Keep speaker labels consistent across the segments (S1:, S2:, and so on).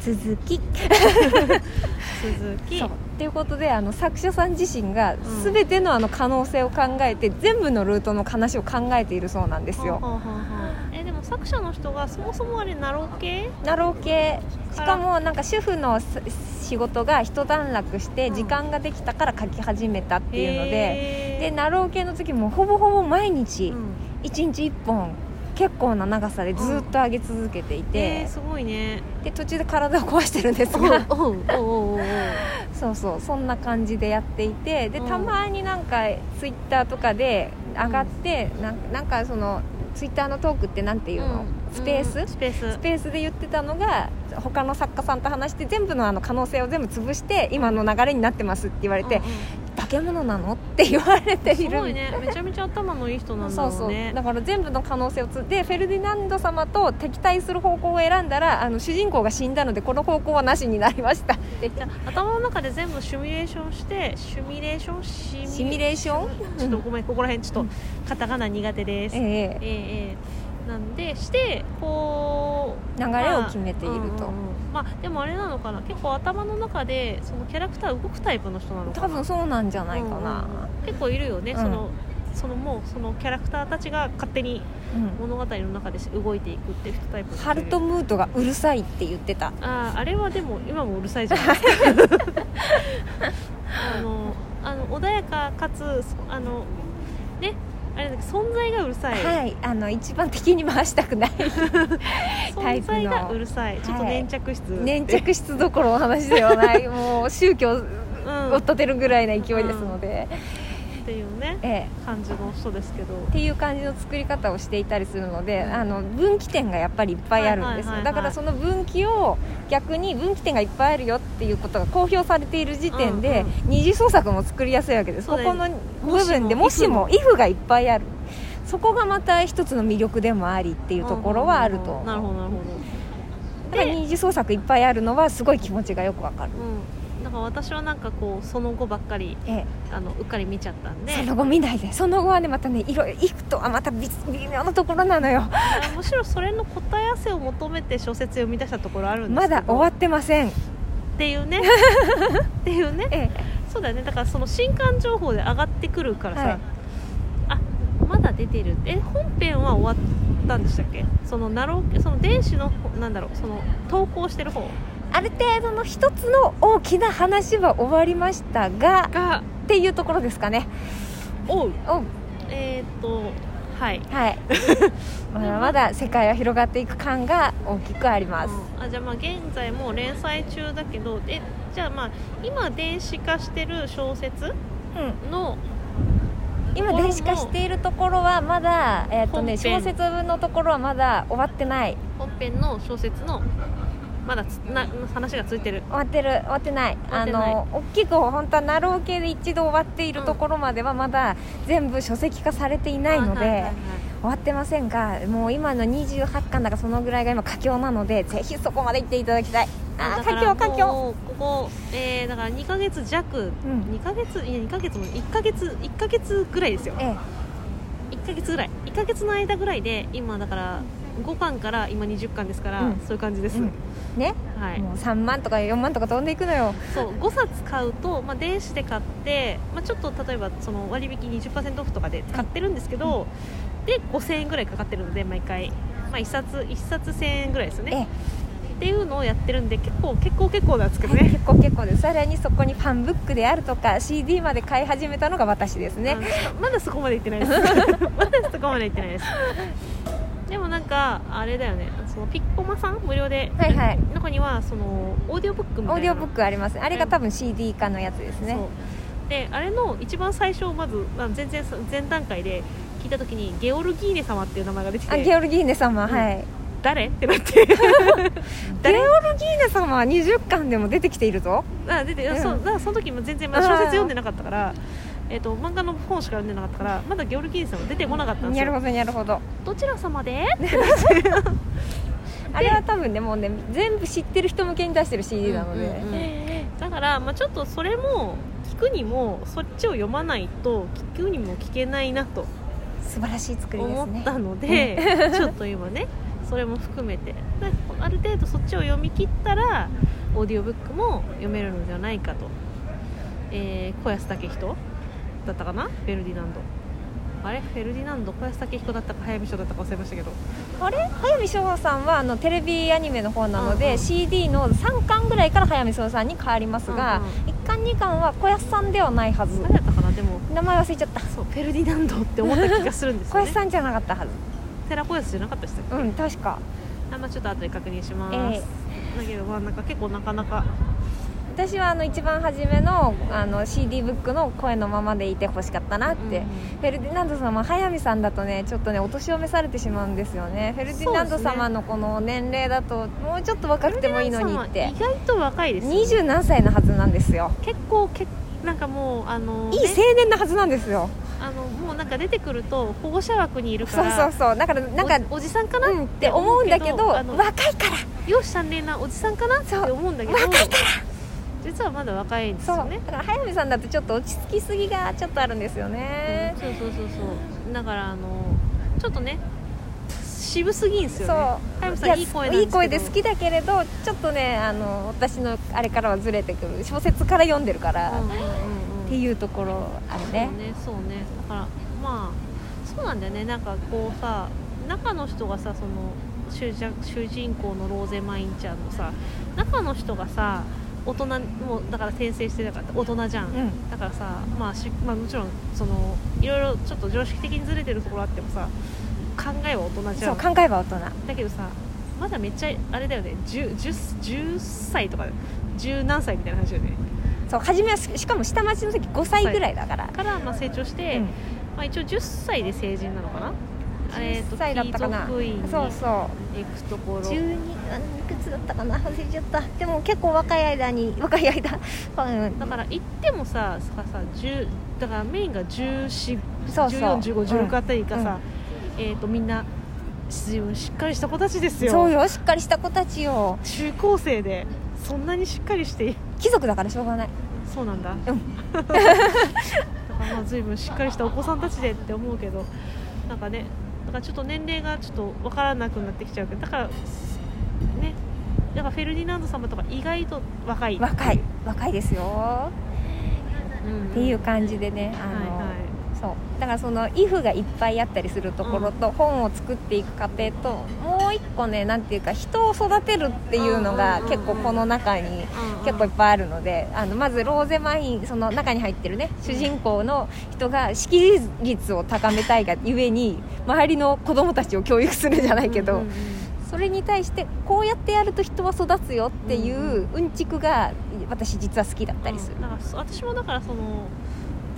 S1: 続き
S2: 続き
S1: そうっていうことであの作者さん自身が全てのあの可能性を考えて、全部のルートの話を考えているそうなんですよ、
S2: はあはあはあえでも作者の人がそもそもあれ奈良系
S1: ナロー系しかもなんか主婦のす仕事が一段落して
S2: うん
S1: 時間ができたから書き始めたっていうので、で
S2: で
S1: ナロー系の時もほぼほぼ毎日
S2: うん、
S1: 1日1本結構な長さでずっと上げ続けてい
S2: えー
S1: て、
S2: すごいね
S1: で途中で体を壊してるんです
S2: お
S1: が
S2: おうおうおうおう
S1: そうそうそんな感じでやっていてで
S2: うん
S1: たまになんかツイッターとかで上がって、なん、なんかそのツイッターのトークってなんていうの、スペース、
S2: うんスペース
S1: スペースで言ってたのが他の作家さんと話して全部のあの可能性を全部潰して今の流れになってますって言われて、
S2: うんうん
S1: 化け物なのって言われている
S2: すごいねめちゃめちゃ頭のいい人なんだ
S1: そう
S2: ろ
S1: そうう
S2: ね
S1: だから全部の可能性をつでフェルディナンド様と敵対する方向を選んだらあの主人公が死んだのでこの方向はなしになりましたって
S2: じゃあ頭の中で全部シミュレーションしてシミュレーションシミ
S1: シミュレーション
S2: ちょっとごめんここら辺ちょっとカタカナ苦手です、え
S1: ええ
S2: えええなんでしてこう
S1: 流れを決めていると、
S2: まあうんうんうんまあでもあれなのかな結構頭の中でそのキャラクター動くタイプの人なのか
S1: 多分そうなんじゃないか
S2: うん
S1: な、
S2: うん結構いるよね、
S1: うん
S2: そのそのもうそのキャラクターたちが勝手に
S1: うん
S2: 物語の中で動いていくっていうタイプの人
S1: ハルトムートがうるさいって言ってた
S2: あーあれはでも今もうるさいじゃない ですかあのあの穏やかかつあのねあれだけど存在がうるさい、
S1: はいあの一番敵に回したくないタイ
S2: 存
S1: プの
S2: 在がうるさいちょっと粘着質、
S1: 粘着質どころの話ではないもう宗教
S2: うん、
S1: を
S2: っ
S1: 立てるぐらいな勢いですので、
S2: ていうね
S1: ええ
S2: 感じの人ですけど
S1: っていう感じの作り方をしていたりするので、
S2: うん
S1: あの分岐点がやっぱりいっぱいあるんですよ、
S2: はいはいはいはい
S1: だからその分岐を逆に分岐点がいっぱいあるよっていうことが公表されている時点で、
S2: うん
S1: 二次創作も作りやすいわけです
S2: そう
S1: こ
S2: だよ
S1: この部分でも
S2: も
S1: し
S2: しも
S1: も「if」がいっぱいあるそこがまた一つの魅力でもありっていうところはあると、
S2: うんなるほどなるほ
S1: だから二次創作いっぱいあるのはすごい気持ちがよくわかる、
S2: どうんなんか私はなんかこうその後ばっかり
S1: ええ
S2: あのうっかり見ちゃったんで
S1: その後見ないでその後はねまたねいろいろ「if」とはまた微微妙なところなのよ
S2: むしろそれの答え合わせを求めて小説読み出したところあるんです
S1: ま
S2: けど
S1: だ終わってません、
S2: っていう ねっていうね
S1: ええ
S2: そうだよねだからその新刊情報で上がってくるからさ、
S1: はい
S2: あまだ出てるえ本編は終わったんでしたっけそのナローその電子のなんだろうその投稿してる方
S1: ある程度の一つの大きな話は終わりましたが
S2: が
S1: っていうところですかね
S2: おう
S1: お
S2: えーっとはい
S1: はい まだまだ世界は広がっていく感が大きくあります、
S2: うんあじゃあまあ現在も連載中だけどえじゃあまあ今電子化してる小説
S1: うん、
S2: の
S1: 今電子化しているところはまだ、えーとね、
S2: 本編
S1: 小説のところはまだ終わってない
S2: 本編の小説のまだつな話がついてる
S1: 終わってる終わってない
S2: わってない
S1: あの大きく本当はナロー系で一度終わっているところまではまだ全部書籍化されていないので、
S2: あはいはいはい
S1: 終わってませんがもう今の28巻だかそのぐらいが今佳境なのでぜひそこまで行っていただきたいあ
S2: だ
S1: ー
S2: か
S1: 佳
S2: ら
S1: 境佳境
S2: もうここ、えーだから2ヶ月弱、
S1: うん
S2: 2ヶ月いや2ヶ月も1ヶ月一ヶ月ぐらいですよ
S1: ええ
S2: 1ヶ月ぐらい1ヶ月の間ぐらいで今だから5巻から今20巻ですから、
S1: うん
S2: そういう感じです、
S1: うんね、
S2: はい
S1: もう3万とか4万とか飛んでいくのよ
S2: そう5冊買うと、まあ、電子で買って、まあ、ちょっと例えばその割引20%オフとかで買ってるんですけど、で5000円ぐらいかかってるので毎回、まあ、1冊1冊1000円ぐらいですよねっていうのをやってるんで結構結構結構なんですけどね
S1: 結構結構ですさらにそこにファンブックであるとか CD まで買い始めたのが私ですね、
S2: あのまだそこまで行ってないですまだそこまで行ってないですでもなんかあれだよねそのピッコマさん無料で、
S1: はいはい
S2: 中にはそのオーディオブックみ
S1: オ
S2: た
S1: ー
S2: い
S1: デ
S2: な
S1: ィオブックありますあれが多分 CD 化のやつですね
S2: そうであれの一番最初まずあ全然前段階で聞いた時にゲオルギーネ様っていう名前が出てき
S1: あゲ
S2: て
S1: オルギーネ様、
S2: うん
S1: はい
S2: 誰ってなっ て
S1: ゲ
S2: 誰
S1: オルギーネ様は20巻でも出てきているぞ
S2: あ出て、
S1: うん
S2: そうだからその時も全然まだ小説読んでなかったから、えっと漫画の本しか読んでなかったからまだゲオルギーネ様出てこなかったんです
S1: なる
S2: よ
S1: ほどなるほど
S2: どちら様で
S1: あれは多分ねもうね全部知ってる人向けに出してる CD なので、
S2: うんうんうんだから、まあ、ちょっとそれも聞くにもそっちを読まないと聞くにも聞けないなと
S1: 素晴らしい作りです
S2: 思
S1: ね
S2: ったのでちょっと今ねそれも含めてである程度そっちを読み切ったらオーディオブックも読めるのではないかと、えー、小安武人だったかなフェルディナンドあれフェルディナンド小安武彦だったか早見翔だったか忘れましたけど
S1: あれ早見翔さんはあのテレビアニメの方なので、
S2: うんうん
S1: CD の3巻ぐらいから早見翔さんに変わりますが、
S2: うんうん
S1: 1巻2巻は小安さんではないはず
S2: 誰だったかなでも
S1: 名前忘れちゃった
S2: そうフェルディナンドって思った気がするんです
S1: 小
S2: よ
S1: 安
S2: ね
S1: さんじゃなかったはず
S2: テラ小安じゃなかったでしたっ
S1: う
S2: け
S1: ん確か
S2: あまあ、ちょっと後で確認します、
S1: え
S2: だけどまあなんか結構なかなか
S1: 私はあの一番初めのあの CD ブックの声のままでいてほしかったなって、フェルディナンド様早見さんだとねちょっとねお年を召されてしまうんですよねフェルディナンド
S2: そうです
S1: 様
S2: ね
S1: のこの年齢だともうちょっと若くてもいいのにって
S2: 皆様意外と若いですよね
S1: 二十何歳のはずなんですよ
S2: 結構けなんかもうあの
S1: いい
S2: ね
S1: 青年のはずなんですよ
S2: あのもうなんか出てくると保護者枠にいるか
S1: そう
S2: ら
S1: そうそうだからなんか
S2: おおじさんかな、
S1: うんって思うんだけど
S2: あ
S1: 若
S2: の
S1: いから
S2: 容姿端麗なおじさんかなって
S1: そう
S2: 思うんだけど
S1: 若いか
S2: 実はまだ若いんです
S1: そ
S2: よ
S1: う
S2: ね
S1: だから早見さんだとちょっと落ち着きすぎがちょっとあるんですよね
S2: うん、そうそうそうそうだからあのちょっとね渋すぎんすよ
S1: そ
S2: ね
S1: う
S2: 早見さん
S1: や
S2: いい声なんですけど
S1: いい声で好きだけれどちょっとねあの私のあれからはずれてくる小説から読んでるから、
S2: うん
S1: っ
S2: うんうんうん
S1: ていうところあるね
S2: そうねそうねだからまあそうなんだよねなんかこうさ中の人がさその主人主人公のローゼマインちゃんのさ中の人がさ大人もうだから転生してだから大人じゃん、
S1: うん
S2: だからさ、まあ、しまあもちろんそのいろいろちょっと常識的にずれてるところあってもさ考えは大人じ
S1: そ
S2: ゃ
S1: うん考えは大人
S2: だけどさまだめっちゃあれだよね 10, 10, 10歳とか10何歳みたいな話よね
S1: そう初めはししかも下町の時5歳ぐらいだから、
S2: から、まあ、成長して、
S1: うん
S2: まあ、一応10歳で成人なのかな
S1: 10歳だったかな、
S2: えーと貴族院
S1: そうそう
S2: に行くところ
S1: 12うんいくつだったかな忘れちゃったでも結構若い間に 若い間うん
S2: だから行ってもさささ10だからメインが1415
S1: そうそう
S2: 141516あたりがさ、えー、とみんな自分しっかりした子たちですよ
S1: そうよしっかりした子たちよ
S2: 中高生でそんなにしっかりして
S1: 貴族だからしょうがない
S2: そうなんだ、
S1: うん
S2: だからまあ随分しっかりしたお子さんたちでって思うけどなんかねだからちょっと年齢がちょっとわからなくなってきちゃうけどだからねだからフェルディナンド様とか意外と若い
S1: 若い若いですよ
S2: うん
S1: っていう感じでねあ
S2: はい
S1: の、
S2: は
S1: そうだからその「イフ」がいっぱいあったりするところと、本を作っていく過程ともう一個ねなんていうか人を育てるっていうのが
S2: うんうんうんう
S1: 結
S2: ん
S1: 構この中に
S2: いうんうん
S1: 結構いっぱいあるのであのまずローゼマインその中に入ってるね主人公の人が識字率を高めたいがゆえに周りの子供たちを教育するじゃないけど、
S2: うんうん
S1: それに対してこうやってやると人は育つよっていううんちくが私実は好きだったりする
S2: うん。だからそ私もだからその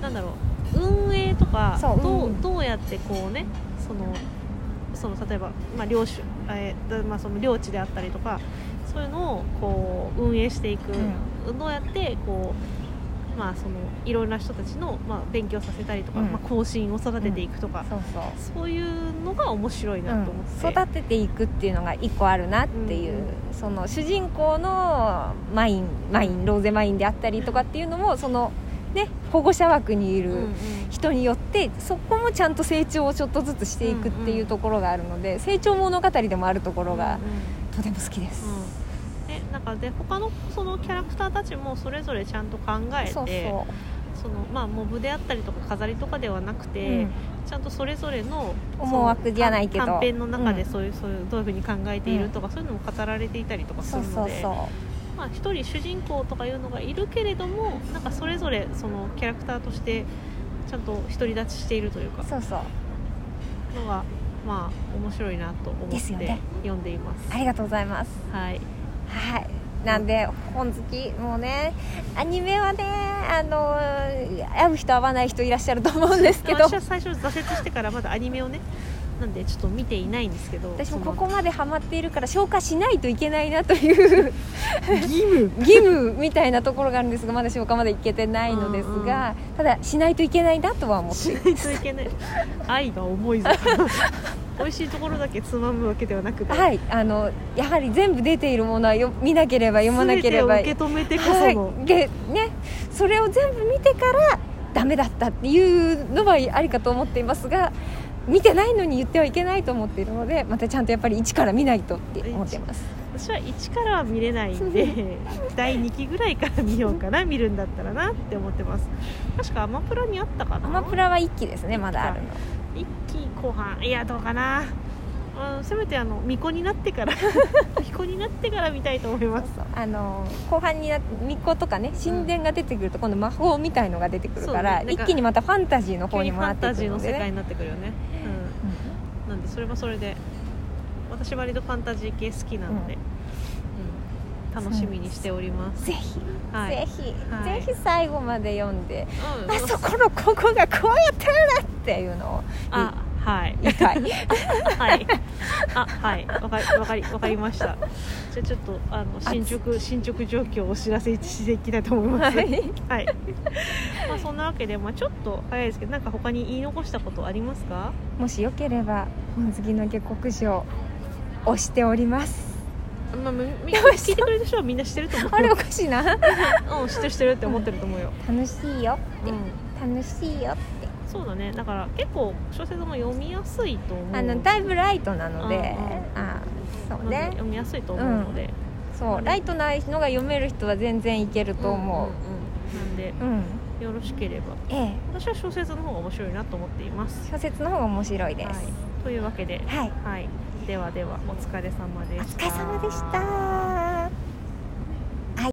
S2: なんだろう運営とか
S1: そう
S2: どう,、
S1: うん
S2: どうやってこうねそのその例えば、まあ領主えーだまあ、その領地であったりとかそういうのをこう運営していく、どうやってこう、まあ、そのいろんな人たちの、まあ、勉強させたりとか、
S1: うん
S2: まあ、更新を育てていくとか、
S1: そうそう
S2: そういうのが面白いなと思っ
S1: う
S2: て、
S1: ん、育てていくっていうのが一個あるなっていう、その主人公のマインマインローゼマインであったりとかっていうのもその、ね、保護者枠にいる。
S2: うんうん
S1: 人によってそこもちゃんと成長をちょっとずつしていくっていうところがあるので、成長物語でもあるところが
S2: うんうん
S1: とても好きです、
S2: うんえなんかで他のそのキャラクターたちもそれぞれちゃんと考えて
S1: そうそ
S2: そのまあモブであったりとか飾りとかではなく
S1: う、
S2: て、ちゃんとそれぞれの
S1: うん思惑じゃないけど
S2: 短編の中
S1: う
S2: で
S1: ん
S2: そういう,、そういうどういうふうに考えているとか、そういうのも語られていたりとかす
S1: そう
S2: る
S1: そ
S2: の
S1: う
S2: で
S1: そ
S2: まあ、一人主人公とかいうのがいるけれどもなんかそれぞれそのキャラクターとしてちゃんと独り立ちしているというか
S1: うそうそう
S2: のがまあ面白いなと思っ
S1: ですよ
S2: て
S1: ね
S2: 読んでいます。
S1: ありがとうございます
S2: はい
S1: はいなんで本好きもうねアニメはねあの会う人会わない人いらっしゃると思うんですけど
S2: 私は最初挫折してからまだアニメをねなんでちょっと見ていないんですけど
S1: 私も
S2: その
S1: ここまでハマっているから消化しないといけないなという
S2: 義務
S1: 義務みたいなところがあるんですがまだ消化までいけてないのですが、ただしないといけないなとは思って
S2: しないといけない愛が重 いぞ美味しいところだけつまむわけではなくて、
S1: はいあのやはり全部出ているものはよ見なければ読まなければ
S2: 全てを受け止めてこその、
S1: はい、でねそれを全部見てからダメだったっていうのはありかと思っていますが見てないのに言ってはいけないと思っているのでまたちゃんとやっぱり一から見ないとって思ってます
S2: 私は1からは見れないんで第2期ぐらいから見ようかな見るんだったらなって思ってます確かアマプラにあったかな
S1: アマプラは一期ですねまだあるの
S2: 1期後半いやどうかなうんせめてあの巫女になってから 巫女になってから見たいと思います
S1: そうあの後半にな巫女とかね神殿が出てくると今度魔法みたいのが出てくるから、
S2: そうねなんか
S1: 一気にまたファンタジーの方
S2: 急に
S1: に
S2: フ
S1: 回
S2: ァ
S1: っ
S2: ン
S1: て
S2: タ
S1: いく
S2: ジーの
S1: ので、
S2: 世界
S1: ね
S2: になってくるよね、うん、なんでそれもそれで私割とファンタジー系好きなので、うん楽しみにしておりま
S1: うん
S2: す
S1: ぜひ、
S2: はい
S1: ぜひ、
S2: はい
S1: ぜひ最後まで読んで、
S2: うん
S1: あそこのここがこうやってるなっていうのを
S2: あはい
S1: 理解
S2: はい。あ、はい。わかり、わかり、わかりました。じゃあちょっと、あの、進捗、進捗状況をお知らせしていきたいと思います。はい。まあ、そんなわけで、まあ、ちょっと早いですけど、なんか他に言い残したことありますか。
S1: もしよければ本好きの下克上押しております
S2: まあ、み、み聞いてくれる人はみんな知ってると思う。
S1: あれおかしいな
S2: うん、知ってる、知ってるって思ってると思うよ。
S1: 楽しいよって、
S2: うん
S1: 楽しいよって
S2: そうだね。だから、結構小説も読みやすいと思う。
S1: あのだいぶライトなので
S2: う
S1: あーそう
S2: まあ
S1: ね
S2: 読みやすいと思うので。
S1: そうライトないのが読める人は全然いけると思
S2: んんうんなんで、
S1: ううん、
S2: よろしければ。
S1: え
S2: 私は小説の方が面白いなと思っています
S1: え。小説の方が面白いです
S2: はい、というわけで、
S1: はい、
S2: はい、ではではお疲れ様で
S1: お
S2: し
S1: 疲
S2: た。
S1: れ様でした